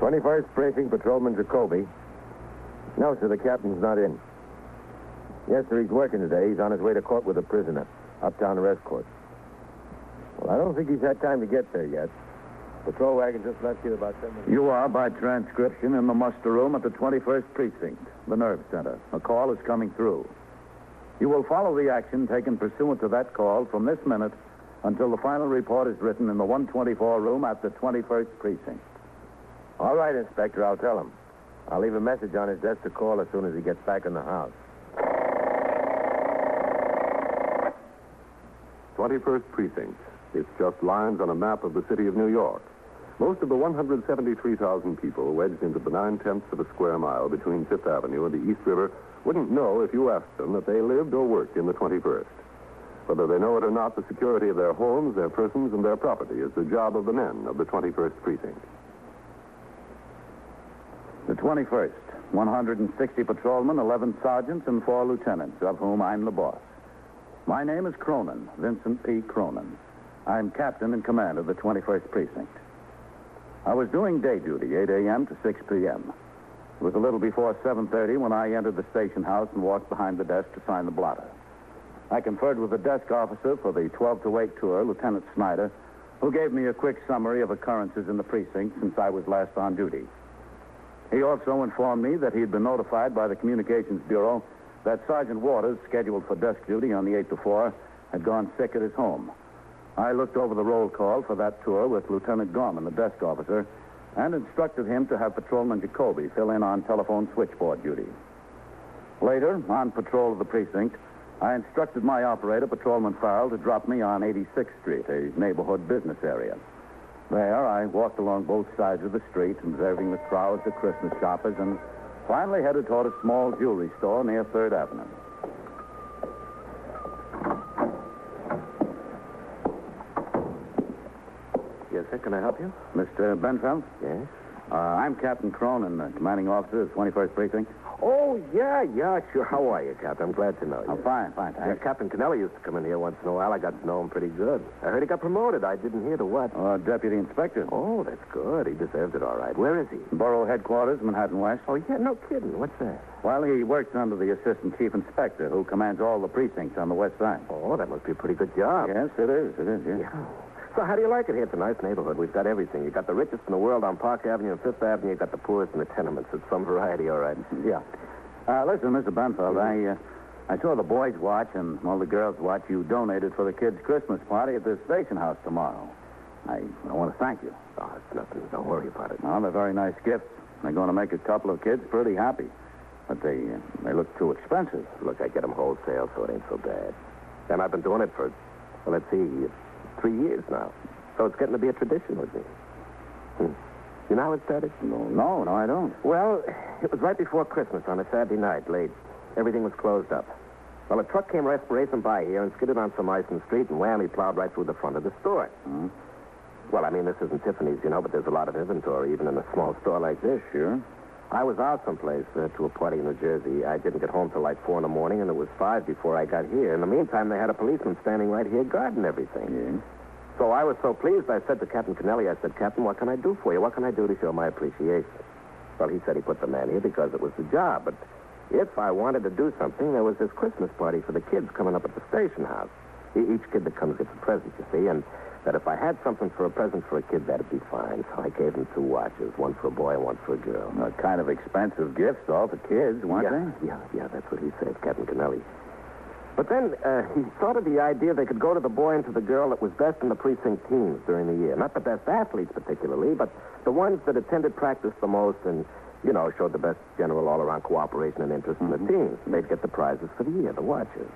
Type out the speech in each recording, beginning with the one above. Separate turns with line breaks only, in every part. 21st Precinct Patrolman Jacoby. No, sir, the captain's not in. Yes, sir, he's working today. He's on his way to court with a prisoner, uptown arrest court. Well, I don't think he's had time to get there yet. Patrol wagon just left here about 10 minutes.
You are, by transcription, in the muster room at the 21st Precinct, the nerve center. A call is coming through. You will follow the action taken pursuant to that call from this minute until the final report is written in the 124 room at the 21st Precinct.
All right, Inspector, I'll tell him. I'll leave a message on his desk to call as soon as he gets back in the house.
21st Precinct. It's just lines on a map of the city of New York. Most of the 173,000 people wedged into the nine tenths of a square mile between Fifth Avenue and the East River wouldn't know if you asked them that they lived or worked in the 21st. Whether they know it or not, the security of their homes, their persons, and their property is the job of the men of the 21st Precinct.
The 21st, 160 patrolmen, 11 sergeants, and four lieutenants, of whom I'm the boss. My name is Cronin, Vincent P. Cronin. I'm captain in command of the 21st Precinct. I was doing day duty, 8 a.m. to 6 p.m. It was a little before 7.30 when I entered the station house and walked behind the desk to sign the blotter. I conferred with the desk officer for the 12 to 8 tour, Lieutenant Snyder, who gave me a quick summary of occurrences in the precinct since I was last on duty. He also informed me that he had been notified by the Communications Bureau that Sergeant Waters, scheduled for desk duty on the 8 to 4, had gone sick at his home. I looked over the roll call for that tour with Lieutenant Gorman, the desk officer, and instructed him to have Patrolman Jacoby fill in on telephone switchboard duty. Later, on patrol of the precinct, I instructed my operator, Patrolman Farrell, to drop me on 86th Street, a neighborhood business area. There, I walked along both sides of the street, observing the crowds of Christmas shoppers, and finally headed toward a small jewelry store near Third Avenue.
Yes, sir. Can I help you?
Mr. Benfeld,
Yes.
uh, I'm Captain Cronin, uh, commanding officer of 21st Precinct.
Oh, yeah, yeah, sure. How are you, Captain? I'm glad to know you.
Oh, fine, fine,
Yeah,
thanks.
Captain Canelli used to come in here once in a while. I got to know him pretty good. I heard he got promoted. I didn't hear to what.
Uh, Deputy Inspector.
Oh, that's good. He deserves it all right. Where is he?
Borough headquarters, Manhattan West.
Oh, yeah, no kidding. What's that?
Well, he works under the assistant chief inspector, who commands all the precincts on the west side.
Oh, that must be a pretty good
Oh.
job.
Yes, it is. It is, yes.
Yeah. So how do you like it here? It's a nice neighborhood. We've got everything. You've got the richest in the world on Park Avenue and Fifth Avenue. You've got the poorest in the tenements. It's some variety, all right.
Yeah. Uh, listen, Mr. Bunfeld, I, uh, I saw the boys' watch and, well, the girls' watch you donated for the kids' Christmas party at the station house tomorrow. I, I want to thank you.
Oh, it's nothing. Don't worry about it.
Well, they're very nice gifts. They're going to make a couple of kids pretty happy. But they, uh, they look too expensive.
Look, I get them wholesale, so it ain't so bad. And I've been doing it for, well, let's see, three years now. So it's getting to be a tradition with me. Hmm. You know how it started?
No, no, I don't.
Well, it was right before Christmas on a Saturday night, late. Everything was closed up. Well, a truck came ra- racing by here and skidded on some ice in the street and whammy plowed right through the front of the store.
Hmm.
Well, I mean, this isn't Tiffany's, you know, but there's a lot of inventory even in a small store like this.
Sure.
I was out someplace uh, to a party in New Jersey. I didn't get home till like four in the morning, and it was five before I got here. In the meantime, they had a policeman standing right here guarding everything.
Yeah.
So I was so pleased, I said to Captain Kennelly, I said, Captain, what can I do for you? What can I do to show my appreciation? Well, he said he put the man here because it was the job, but if I wanted to do something, there was this Christmas party for the kids coming up at the station house. E- Each kid that comes gets a present, you see, and that if I had something for a present for a kid, that'd be fine. So I gave him two watches, one for a boy and one for a girl.
Uh, kind of expensive gifts, all for kids, weren't
yeah, Yeah, yeah, that's what he said, Captain Kennelly. But then uh, he thought of the idea they could go to the boy and to the girl that was best in the precinct teams during the year. Not the best athletes particularly, but the ones that attended practice the most and, you know, showed the best general all-around cooperation and interest in the teams. They'd get the prizes for the year, the watches.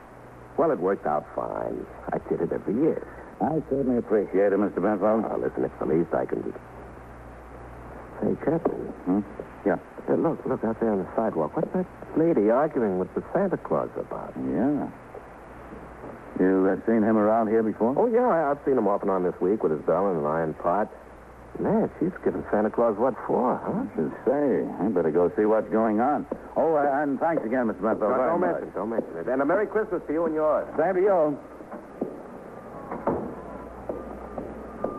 Well, it worked out fine. I did it every year.
they? I certainly appreciate it, Mr. Benfeld.
Now, Ah, listen, it's the least I can do. Hey, Captain.
Hmm? Yeah.
Hey, look, look out there on the sidewalk. What's that lady arguing with the Santa Claus about?
Yeah. You have seen him around here before?
Oh, yeah, I, I've seen him off and on this week with his bell and an iron pot. Man, she's giving Santa Claus what for, huh?
I should say. I better go see what's going on. Oh, uh, and thanks again, Mr. Metho.
No,
very
don't
much.
mention, it, don't mention it. And a Merry Christmas to you and yours.
Same to you.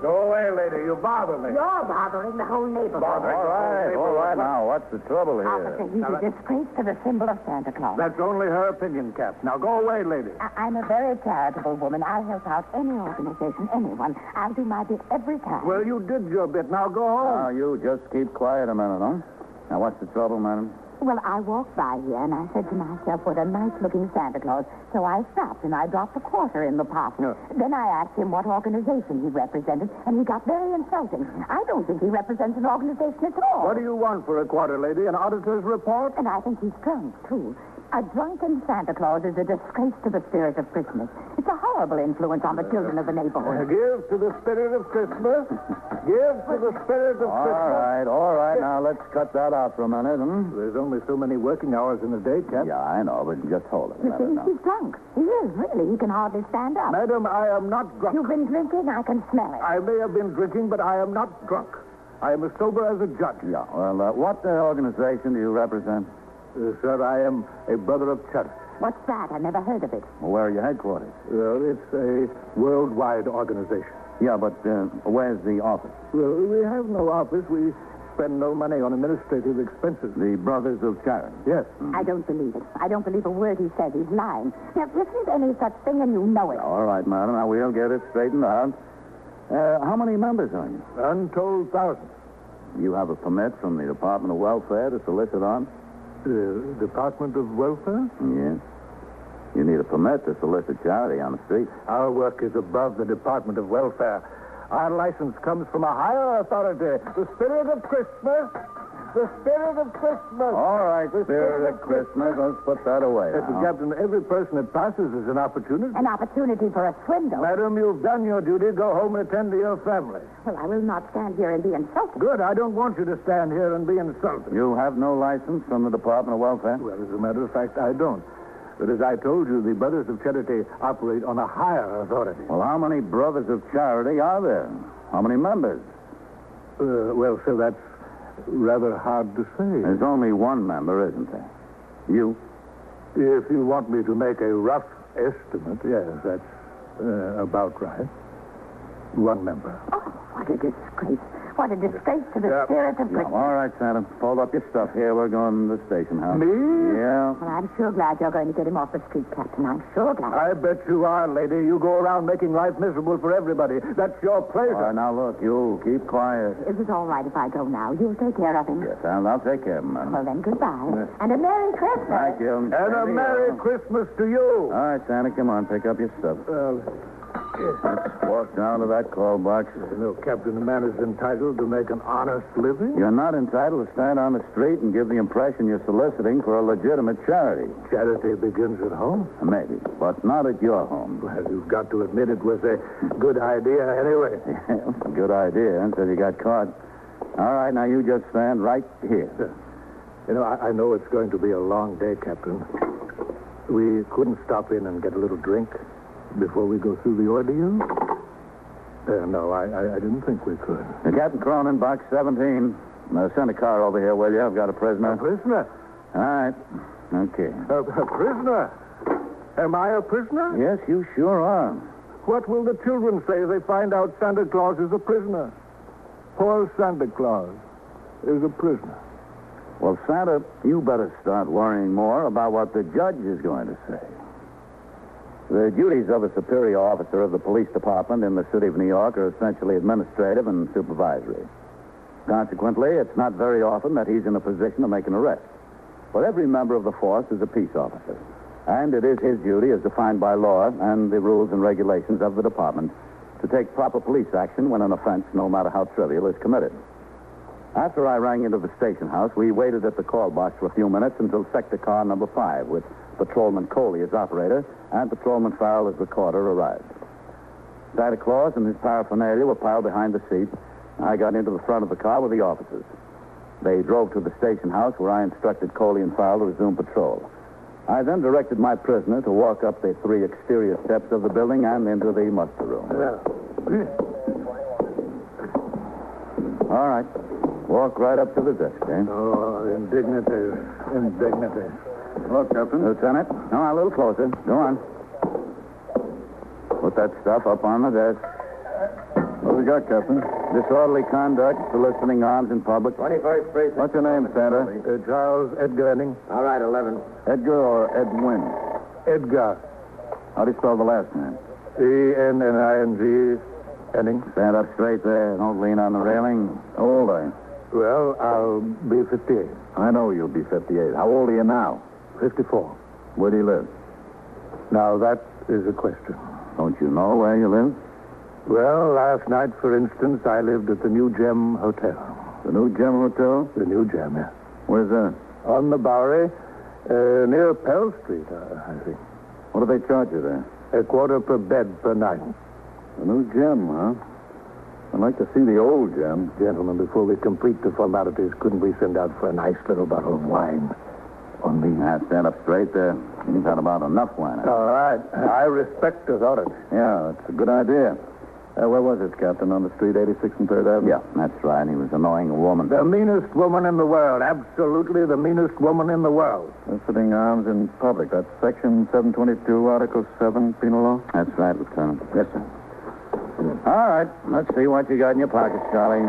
Go away, lady. You bother me.
You're bothering the whole neighborhood.
Bother-
All right, all right. Now, what's the trouble
Officer,
here?
he's a disgrace to the symbol of Santa Claus.
That's only her opinion, Cap. Now go away, lady.
I- I'm a very charitable woman. I'll help out any organization, anyone. I'll do my bit every time.
Well, you did your bit. Now go home.
Now, you just keep quiet a minute, huh? Now, what's the trouble, madam?
Well, I walked by here and I said to myself, what a nice looking Santa Claus. So I stopped and I dropped a quarter in the pot. Then I asked him what organization he represented, and he got very insulting. I don't think he represents an organization at all.
What do you want for a quarter, lady? An auditor's report?
And I think he's drunk, too. A drunken Santa Claus is a disgrace to the spirit of Christmas. It's a horrible influence
Uh,
on the children of the neighborhood.
Give to the spirit of Christmas. Give to the spirit of
All
Christmas.
right, all right. Now, let's cut that out for a minute, hmm?
There's only so many working hours in a day, Cap.
Yeah, I know, but just hold it a
You see,
minute now.
he's drunk. He is, really. He can hardly stand up.
Madam, Um, I am not drunk.
You've been drinking. I can smell it.
I may have been drinking, but I am not drunk. I am as sober as a judge.
Yeah, well, uh, what uh, organization do you represent?
Uh, sir, I am a brother of church.
What's that? I never heard of it.
Where are your headquarters?
Well, it's a worldwide organization.
Yeah, but uh, where's the office?
Well, we have no office. We spend no money on administrative expenses.
The Brothers of Charity.
Yes.
I don't believe it. I don't believe a word he says. He's lying. Now, there isn't any such thing, and you know it.
All right, madam. Now, we'll get it straightened out. Uh, how many members are you?
Untold thousands.
You have a permit from the Department of Welfare to solicit on?
The Uh, Department of Welfare?
Yes. You need a permit to solicit charity on the street.
Our work is above the Department of Welfare. Our license comes from a higher authority. The spirit of Christmas. The spirit of Christmas.
All right, Spirit of Christmas. Let's put that away.
Mr.
now.
Captain, every person that passes is an opportunity.
An opportunity for a swindle.
Madam, you've done your duty. Go home and attend to your family.
Well, I will not stand here and be insulted.
Good. I don't want you to stand here and be insulted.
You have no license from the Department of Welfare?
Well, as a matter of fact, I don't. But as I told you, the Brothers of Charity operate on a higher authority.
Well, how many Brothers of Charity are there? How many members?
Uh, well, sir, that's rather hard to say.
There's only one member, isn't there? You.
If you want me to make a rough estimate, yes, that's uh, about right. One member.
Oh, what a disgrace. What a disgrace to the
Yeah.
spirit of
No,
Christmas.
all right, Santa. Fold up your stuff here. We're going to the station house.
Me?
Yeah.
Well, I'm sure glad you're going to get him off the street, Captain. I'm sure glad.
I bet you are, lady. You go around making life miserable for everybody. That's your
All right,
pleasure.
now look, you keep quiet.
Is it all right if I go now? You'll take care of him.
Yes, I'll, I'll take care of him, madam.
Well, then, goodbye. And a Merry Christmas.
Thank you. And
and a Merry Christmas to you.
All right, Santa, come on, pick up your stuff.
Well,
Let's walk down to that call box.
you know, Captain, a man is entitled to make an honest living.
You're not entitled to stand on the street and give the impression you're soliciting for a legitimate charity.
Charity begins at home.
Maybe, but not at your home.
Well, you've got to admit it was a good idea anyway.
Good idea, until you got caught. All right, now you just stand right here.
You know, I, I know it's going to be a long day, Captain. We couldn't stop in and get a little drink before we go through the ordeal? Uh, no, I, I, I didn't think we could.
Now, Captain Cronin, box 17. Now, send a car over here, will you? I've got a prisoner.
A prisoner?
All right. Okay.
A, a prisoner? Am I a prisoner?
Yes, you sure are.
What will the children say if they find out Santa Claus is a prisoner? Poor Santa Claus is a prisoner.
Well, Santa, you better start worrying more about what the judge is going to say. The duties of a superior officer of the police department in the city of New York are essentially administrative and supervisory. Consequently, it's not very often that he's in a position to make an arrest. But every member of the force is a peace officer. And it is his duty, as defined by law and the rules and regulations of the department, to take proper police action when an offense, no matter how trivial, is committed. After I rang into the station house, we waited at the call box for a few minutes until sector car number five, with Patrolman Coley as operator and Patrolman Farrell as recorder, arrived. Santa Claus and his paraphernalia were piled behind the seat. I got into the front of the car with the officers. They drove to the station house where I instructed Coley and Farrell to resume patrol. I then directed my prisoner to walk up the three exterior steps of the building and into the muster room. All right. Walk right up to the desk, eh?
Oh, indignity, indignity.
Hello, Captain. Lieutenant. No, a little closer. Go on. Put that stuff up on the desk.
What we got, Captain?
Disorderly conduct, soliciting arms in public.
21st Precinct. What's your name, Santa?
Uh, Charles Edgar Enning.
All right, 11. Edgar or Edwin?
Edgar. E
How do you spell the last name?
E-N-N-I-N-G. Enning.
Stand up straight there. Don't lean on the railing. How old are you?
Well, I'll be 58.
I know you'll be 58. How old are you now?
54.
Where do you live?
Now, that is a question.
Don't you know where you live?
Well, last night, for instance, I lived at the New Gem Hotel.
The New Gem Hotel?
The New Gem, yeah.
Where's that?
On the Bowery, uh, near Pell Street, uh, I think.
What do they charge you there?
A quarter per bed per night.
The New Gem, huh? I'd like to see the old gem.
Gentlemen, before we complete the formalities, couldn't we send out for a nice little bottle of wine? On me.
Now, stand up straight there. You've had about enough wine. I
All right. I respect authority.
Yeah, that's a good idea. Uh, where was it, Captain? On the street, 86th and 3rd Avenue? Yeah, that's right. He was annoying a woman.
The meanest woman in the world. Absolutely the meanest woman in the world.
Soliciting arms in public. That's Section 722, Article 7, Penal Law.
That's right, Lieutenant. Yes, sir. All right, let's see what you got in your pocket, Charlie.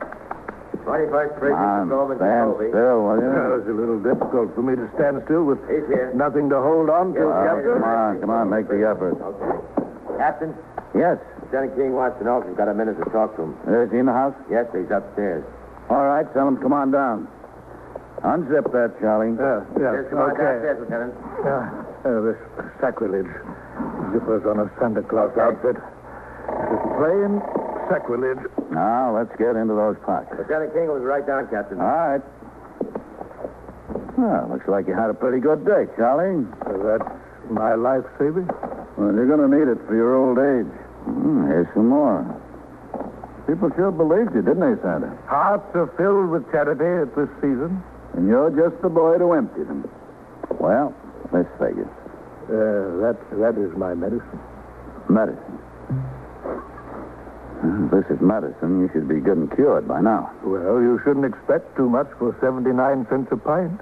21st
Come on, Ah, stand still, will
Well,
you?
it's a little difficult for me to stand still with
He's here.
nothing to hold on to,
Yeah,
Uh,
Captain.
come on, come on, make the effort.
Okay. Captain,
Yes,
Lieutenant King wants to know if you've got a minute to talk to him.
is he in the house?
Yes, he's upstairs.
All right, tell him to come on down. Unzip that, Charlie.
Yeah, yeah,
Yes, come on
okay.
downstairs, Lieutenant.
Yeah. Oh, this sacrilege. Zippers on a Santa Claus
Okay.
outfit. This is plain sacrilege.
Now, let's get into those pockets.
Lieutenant King was right down, Captain.
All right. Well, looks like you had a pretty good day, Charlie.
Uh, That's my life saving.
Well, you're going to need it for your old age. Mm, here's some more. People sure believed you, didn't they, Santa?
Hearts are filled with charity at this season.
And you're just the boy to empty them. Well, let's take it.
Uh, that, that is my medicine.
Medicine. Well, if this is medicine. You should be good and cured by now.
Well, you shouldn't expect too much for 79 cents a pint.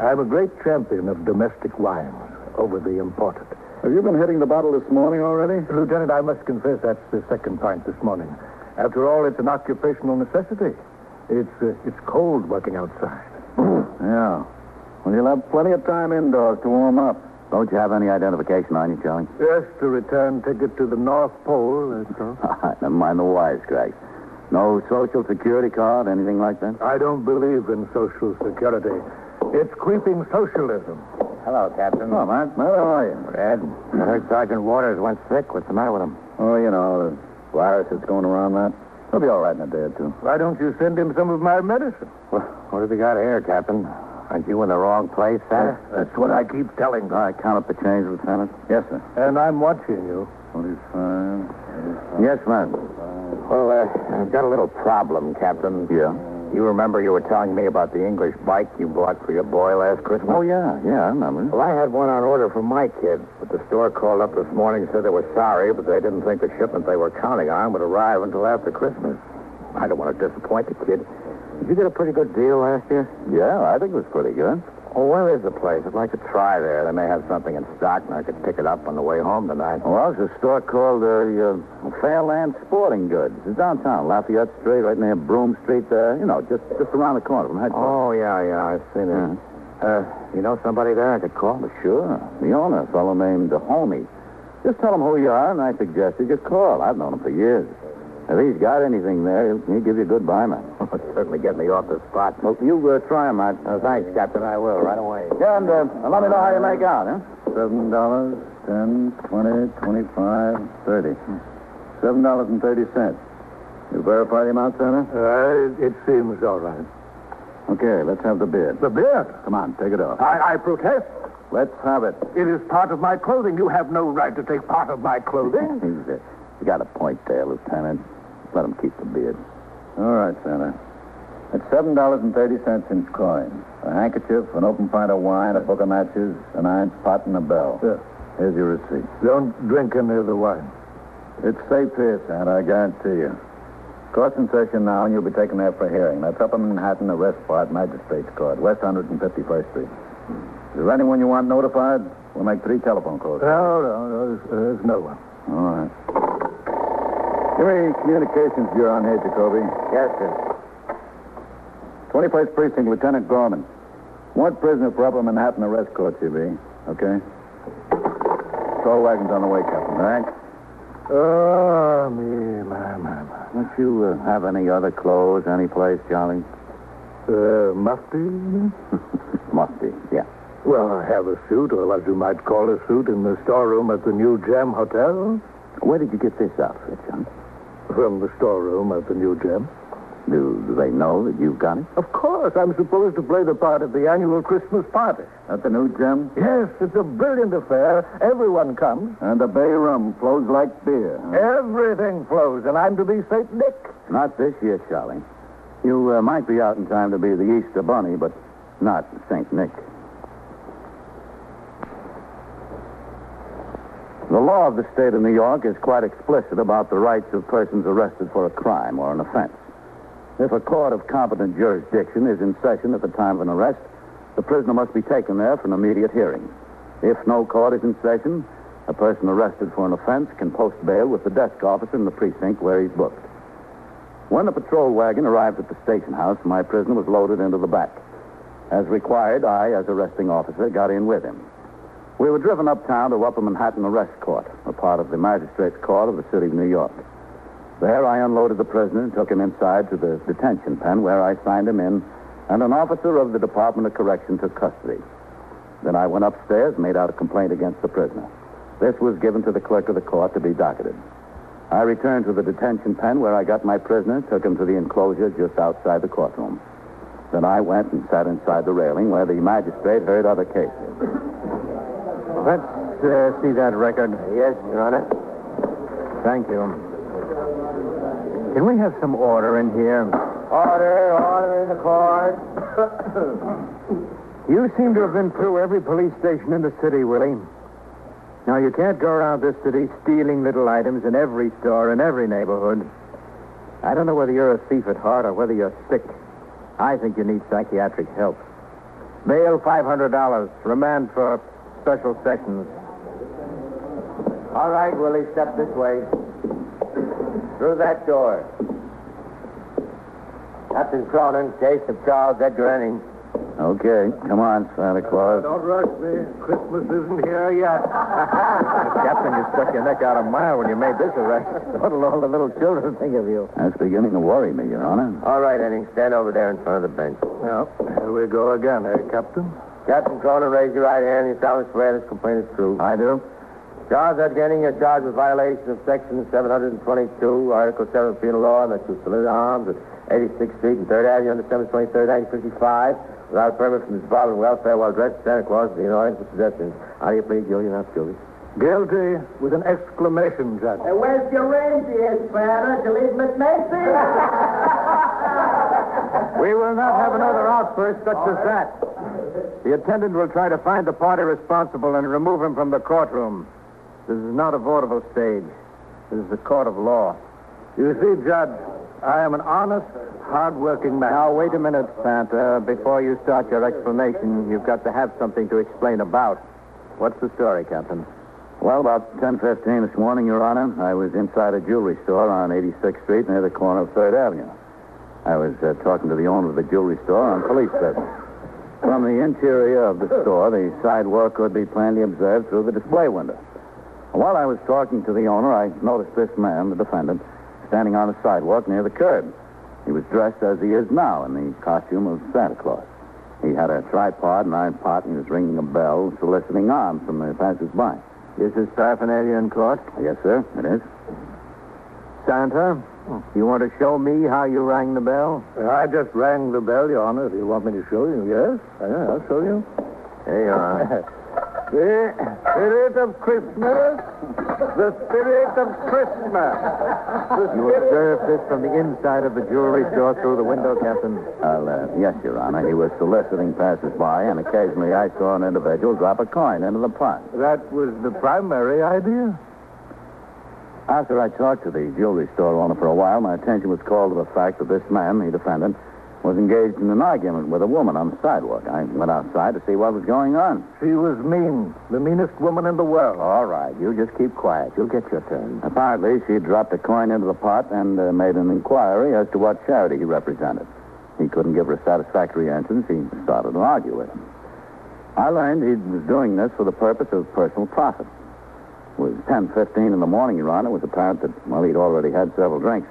I'm a great champion of domestic wines over the imported.
Have you been hitting the bottle this morning already?
Lieutenant, I must confess that's the second pint this morning. After all, it's an occupational necessity. It's, uh, it's cold working outside.
Yeah. Well, you'll have plenty of time indoors to warm up. Don't you have any identification on you, Charlie?
Yes, to return ticket to the North Pole, that's all.
Never mind the wisecracks. No social security card, anything like that?
I don't believe in Social Security. It's creeping socialism.
Hello, Captain.
Oh, man. Where are you?
Ed, I heard Sergeant Waters went sick. What's the matter with him?
Oh, you know, the virus that's going around that. He'll be all right in a day or two.
Why don't you send him some of my medicine?
What, what have you got here, Captain? Aren't you in the wrong place, sir?
That's what I keep telling
All right, count up the change, Lieutenant. Yes, sir.
And I'm watching you.
25. Yes, ma'am.
Well, uh, I've got a little problem, Captain.
Yeah.
You remember you were telling me about the English bike you bought for your boy last Christmas?
Oh, yeah, yeah, I remember.
Well, I had one on order for my kid, but the store called up this morning and said they were sorry, but they didn't think the shipment they were counting on would arrive until after Christmas. I don't want to disappoint the kid. Did you get a pretty good deal last year?
Yeah, I think it was pretty good.
Oh, where is the place? I'd like to try there. They may have something in stock, and I could pick it up on the way home tonight.
Well, it's a store called uh, uh, Fairland Sporting Goods. It's downtown, Lafayette Street, right near Broom Street there. You know, just just around the corner from headquarters.
Oh, yeah, yeah, I've seen it.
Yeah.
Uh, you know somebody there I could call?
Well, sure. The owner, a fellow named Homie. Just tell him who you are, and I suggest you just call. I've known him for years. If he's got anything there, he'll, he'll give you a good buy, man.
Certainly get me off the spot.
Well, you uh, try him, Matt.
Uh, thanks, Captain. I will right away.
Yeah, and uh, let me know how you make out, huh? Seven dollars, ten, twenty, twenty-five, thirty. Seven dollars and thirty cents. You verify the amount, Santa?
Uh, it, it seems all right.
Okay, let's have the bid.
The beard.
Come on, take it off.
I, I protest.
Let's have it.
It is part of my clothing. You have no right to take part of my clothing.
uh, you got a point there, Lieutenant. Let him keep the beard. All right, Santa. That's seven dollars and thirty cents in coin. A handkerchief, an open pint of wine, a book of matches, an iron pot, and a bell.
Yeah.
Here's your receipt.
Don't drink any of the wine.
It's safe here, Santa, I guarantee you. Court's in session now, and you'll be taken there for a hearing. That's up in Manhattan, arrest part, Magistrates Court, West 151st Street. Is there anyone you want notified? We'll make three telephone calls.
No, no, no. There's, there's no one.
All right. Henry, Communications Bureau on here, Jacoby.
Yes, sir.
21st Precinct, Lieutenant Gorman. One prisoner for Upper Manhattan arrest court, CB. Okay? Patrol wagon's on the way, Captain. All right?
Oh, me, my, my, my.
Don't you uh, have any other clothes, any place, Charlie?
Uh, mufti? you mean?
Must be, yeah.
Well, I have a suit, or what you might call a suit, in the storeroom at the New Gem Hotel.
Where did you get this outfit, John?
From the storeroom at the New Gem.
Do, do they know that you've got it?
Of course, I'm supposed to play the part at the annual Christmas party.
At the new gem?
Yes, it's a brilliant affair. Everyone comes.
And the bay rum flows like beer. huh?
Everything flows, and I'm to be St. Nick.
Not this year, Charlie. You uh, might be out in time to be the Easter Bunny, but not St. Nick. The law of the state of New York is quite explicit about the rights of persons arrested for a crime or an offense. If a court of competent jurisdiction is in session at the time of an arrest, the prisoner must be taken there for an immediate hearing. If no court is in session, a person arrested for an offense can post bail with the desk officer in the precinct where he's booked. When the patrol wagon arrived at the station house, my prisoner was loaded into the back. As required, I, as arresting officer, got in with him. We were driven uptown to Upper Manhattan Arrest Court, a part of the magistrate's court of the city of New York. There, I unloaded the prisoner and took him inside to the detention pen where I signed him in, and an officer of the Department of Correction took custody. Then I went upstairs, made out a complaint against the prisoner. This was given to the clerk of the court to be docketed. I returned to the detention pen where I got my prisoner, took him to the enclosure just outside the courtroom. Then I went and sat inside the railing where the magistrate heard other cases.
Let's uh, see that record. Yes, Your Honor. Thank you. Can we have some order in here? Order, order in the court. you seem to have been through every police station in the city, Willie. Now, you can't go around this city stealing little items in every store, in every neighborhood. I don't know whether you're a thief at heart or whether you're sick. I think you need psychiatric help. Bail $500. Remand for special sessions. All right, Willie, step this way. Through that door. Captain Cronin, case of Charles Edgar Enning.
Okay, come on, Santa Claus.
Don't rush me. Christmas isn't here yet.
Captain, you stuck your neck out a mile when you made this arrest. What'll all the little children think of you?
That's beginning to worry me, Your Honor.
All right, Enning, stand over there in front of the bench.
Well, here we go again, eh, Captain?
Captain Cronin, raise your right hand. You solemnly swear this complaint is true.
I do.
Charles Edgening, you're charged with violation of Section 722, Article 7 Penal Law, and that you salute arms at 86th Street and 3rd Avenue on December 23rd, 1955, without permit from the Department of Welfare while dressed as Santa Claus to be an audience with pedestrians. How do you plead guilty or not guilty?
Guilty with an exclamation, Judge.
where's your reindeer, Santa? Did you leave them
We will not have another outburst such as that. The attendant will try to find the party responsible and remove him from the courtroom. This is not a vaudeville stage. This is the court of law.
You see, Judge, I am an honest, hard-working man.
Now, wait a minute, Santa. Before you start your explanation, you've got to have something to explain about. What's the story, Captain?
Well, about 10.15 this morning, Your Honor, I was inside a jewelry store on 86th Street near the corner of 3rd Avenue. I was uh, talking to the owner of the jewelry store on police business. From the interior of the store, the sidewalk could be plainly observed through the display window. While I was talking to the owner, I noticed this man, the defendant, standing on the sidewalk near the curb. He was dressed as he is now in the costume of Santa Claus. He had a tripod and iron pot, and he was ringing a bell, soliciting arms from the passersby.
This is paraphernalia in court.
Yes, sir, it is.
Santa, you want to show me how you rang the bell?
I just rang the bell, Your Honor, if you want me to show you. Yes? Yeah, I'll show you.
There you are.
uh,
The spirit of Christmas. The spirit of Christmas. The
You
spirit...
observed this from the inside of the jewelry store through the window, Captain.
Well, uh, yes, Your Honor. He was soliciting passers-by, and occasionally I saw an individual drop a coin into the pot.
That was the primary idea.
After I talked to the jewelry store owner for a while, my attention was called to the fact that this man, the defendant, was engaged in an argument with a woman on the sidewalk. I went outside to see what was going on.
She was mean, the meanest woman in the world.
All right, you just keep quiet. You'll get your turn. Apparently, she dropped a coin into the pot and uh, made an inquiry as to what charity he represented. He couldn't give her a satisfactory answer, and she started to argue with him. I learned he was doing this for the purpose of personal profit. It was 10.15 in the morning, Your Honor. It was apparent that, well, he'd already had several drinks.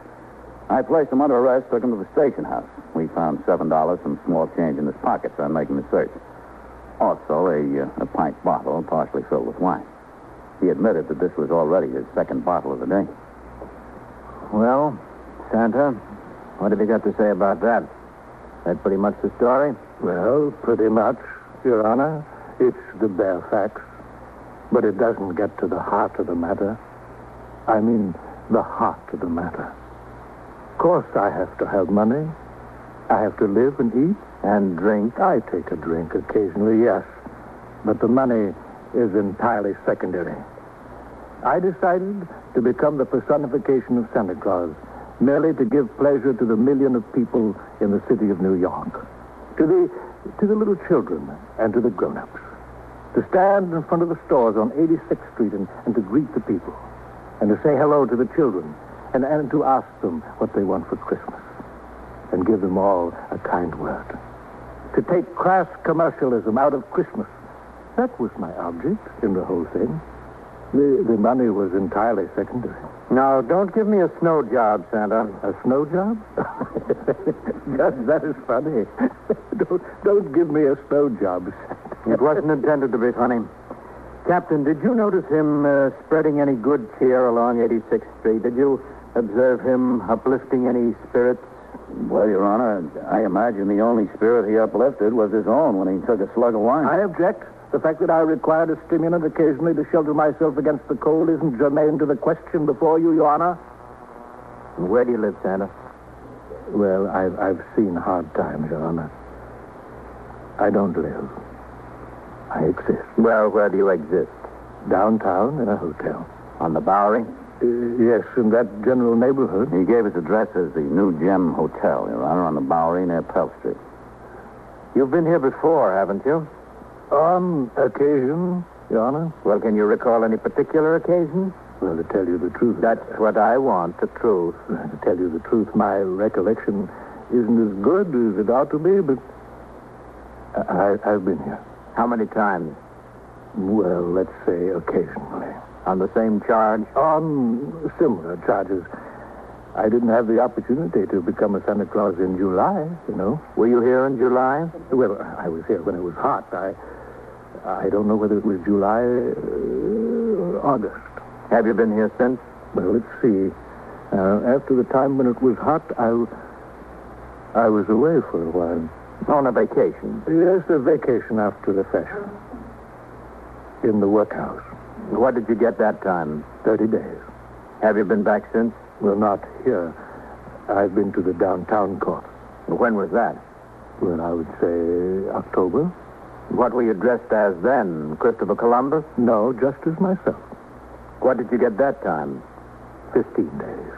I placed him under arrest, took him to the station house. We found $7 and small change in his pockets on making the search. Also, a, uh, a pint bottle partially filled with wine. He admitted that this was already his second bottle of the day.
Well, Santa, what have you got to say about that? That pretty much the story?
Well, pretty much, Your Honor. It's the bare facts. But it doesn't get to the heart of the matter. I mean, the heart of the matter. Of course, I have to have money. I have to live and eat.
And drink?
I take a drink occasionally, yes. But the money is entirely secondary. I decided to become the personification of Santa Claus, merely to give pleasure to the million of people in the city of New York, to the, to the little children and to the grown-ups, to stand in front of the stores on 86th Street and, and to greet the people, and to say hello to the children, and, and to ask them what they want for Christmas, and give them all a kind word to take crass commercialism out of Christmas. That was my object in the whole thing. The, the money was entirely secondary.
Now, don't give me a snow job, Santa.
A snow job? Judge, that is funny. don't, don't give me a snow job.
It wasn't intended to be funny. Captain, did you notice him uh, spreading any good cheer along 86th Street? Did you observe him uplifting any spirits?
Well, Your Honor, I imagine the only spirit he uplifted was his own when he took a slug of wine.
I object. The fact that I required a stimulant occasionally to shelter myself against the cold isn't germane to the question before you, Your Honor.
And where do you live, Santa?
Well, I've, I've seen hard times, Your Honor. I don't live. I exist.
Well, where do you exist?
Downtown in a hotel.
On the Bowery?
Uh, yes, in that general neighborhood.
He gave his address as the New Gem Hotel, Your Honor, on the Bowery near Pell Street.
You've been here before, haven't you?
On occasion, Your Honor.
Well, can you recall any particular occasion?
Well, to tell you the truth.
That's what I want, the truth.
To tell you the truth, my recollection isn't as good as it ought to be, but I, I- I've been here.
How many times?
Well, let's say occasionally.
On the same charge?
On similar charges. I didn't have the opportunity to become a Santa Claus in July, you know.
Were you here in July?
Well, I was here when it was hot. I, I don't know whether it was July uh, or August.
Have you been here since?
Well, let's see. Uh, after the time when it was hot, I, w- I was away for a while.
On a vacation.
Yes, a vacation after the fashion. In the workhouse.
What did you get that time?
Thirty days.
Have you been back since?
Well, not here. I've been to the downtown court.
When was that?
Well, I would say October.
What were you dressed as then? Christopher Columbus?
No, just as myself.
What did you get that time?
Fifteen days.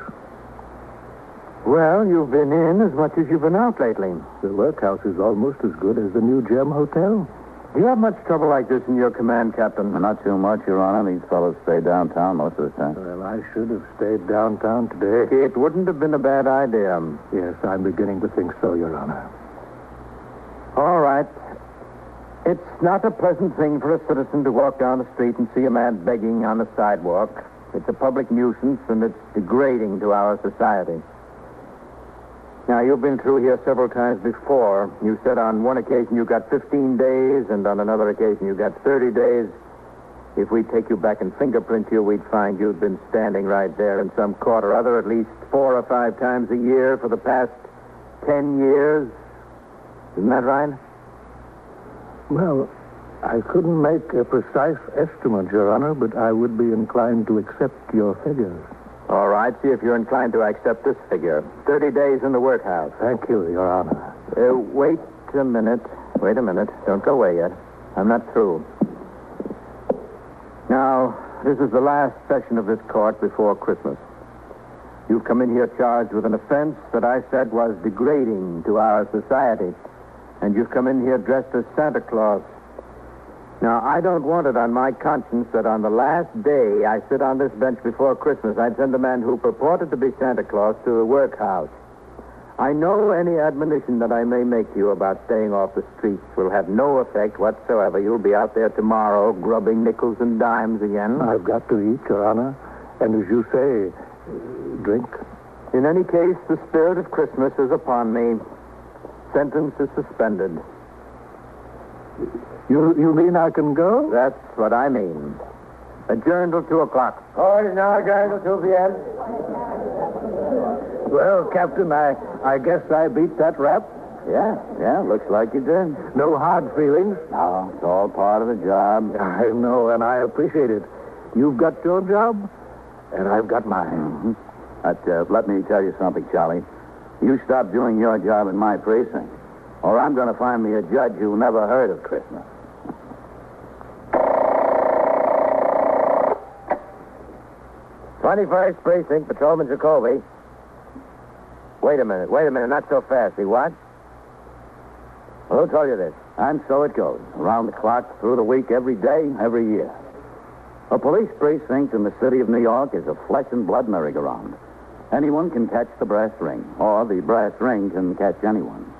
Well, you've been in as much as you've been out lately.
The workhouse is almost as good as the new Gem Hotel.
Do you have much trouble like this in your command, Captain?
Not too much, Your Honor. These fellows stay downtown most of the time.
Well, I should have stayed downtown today.
It wouldn't have been a bad idea.
Yes, I'm beginning to think so, Your Honor.
All right. It's not a pleasant thing for a citizen to walk down the street and see a man begging on the sidewalk. It's a public nuisance, and it's degrading to our society. Now, you've been through here several times before. You said on one occasion you got 15 days, and on another occasion you got 30 days. If we take you back and fingerprint you, we'd find you've been standing right there in some court or other at least four or five times a year for the past 10 years. Isn't that right?
Well, I couldn't make a precise estimate, Your Honor, but I would be inclined to accept your figures.
All right, see if you're inclined to accept this figure. 30 days in the workhouse.
Thank you, Your Honor.
Uh, wait a minute. Wait a minute. Don't go away yet. I'm not through. Now, this is the last session of this court before Christmas.
You've come in here charged with an offense that I said was degrading to our society. And you've come in here dressed as Santa Claus. Now, I don't want it on my conscience that on the last day I sit on this bench before Christmas, I'd send a man who purported to be Santa Claus to the workhouse. I know any admonition that I may make you about staying off the streets will have no effect whatsoever. You'll be out there tomorrow grubbing nickels and dimes again.
I've got to eat, Your Honor. And as you say, uh, drink.
In any case, the spirit of Christmas is upon me. Sentence is suspended.
You, you mean I can go?
That's what I mean. Adjourned till 2 o'clock.
Court is now adjourned until 2 p.m.
Well, Captain, I, I guess I beat that rap.
Yeah, yeah, looks like you did.
No hard feelings.
No, it's all part of the job.
I know, and I appreciate it. You've got your job, and I've got mine.
But uh, let me tell you something, Charlie. You stop doing your job in my precinct, or I'm going to find me a judge who never heard of Christmas.
Twenty-first precinct, Patrolman Jacoby. Wait a minute, wait a minute, not so fast. See what? Well, who told you this?
And so it goes. Around the clock, through the week, every day, every year. A police precinct in the city of New York is a flesh and blood merry-go-round. Anyone can catch the brass ring, or the brass ring can catch anyone.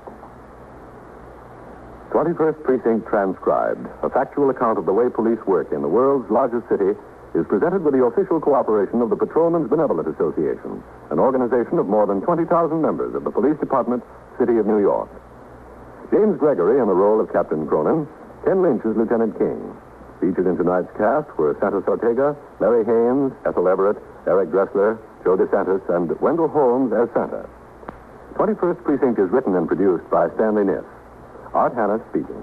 21st Precinct Transcribed, a factual account of the way police work in the world's largest city, is presented with the official cooperation of the Patrolmen's Benevolent Association, an organization of more than 20,000 members of the Police Department, City of New York. James Gregory in the role of Captain Cronin, Ken Lynch as Lieutenant King. Featured in tonight's cast were Santos Ortega, Larry Haynes, Ethel Everett, Eric Dressler, Joe DeSantis, and Wendell Holmes as Santa. 21st Precinct is written and produced by Stanley Niss. Art Hannah speaking.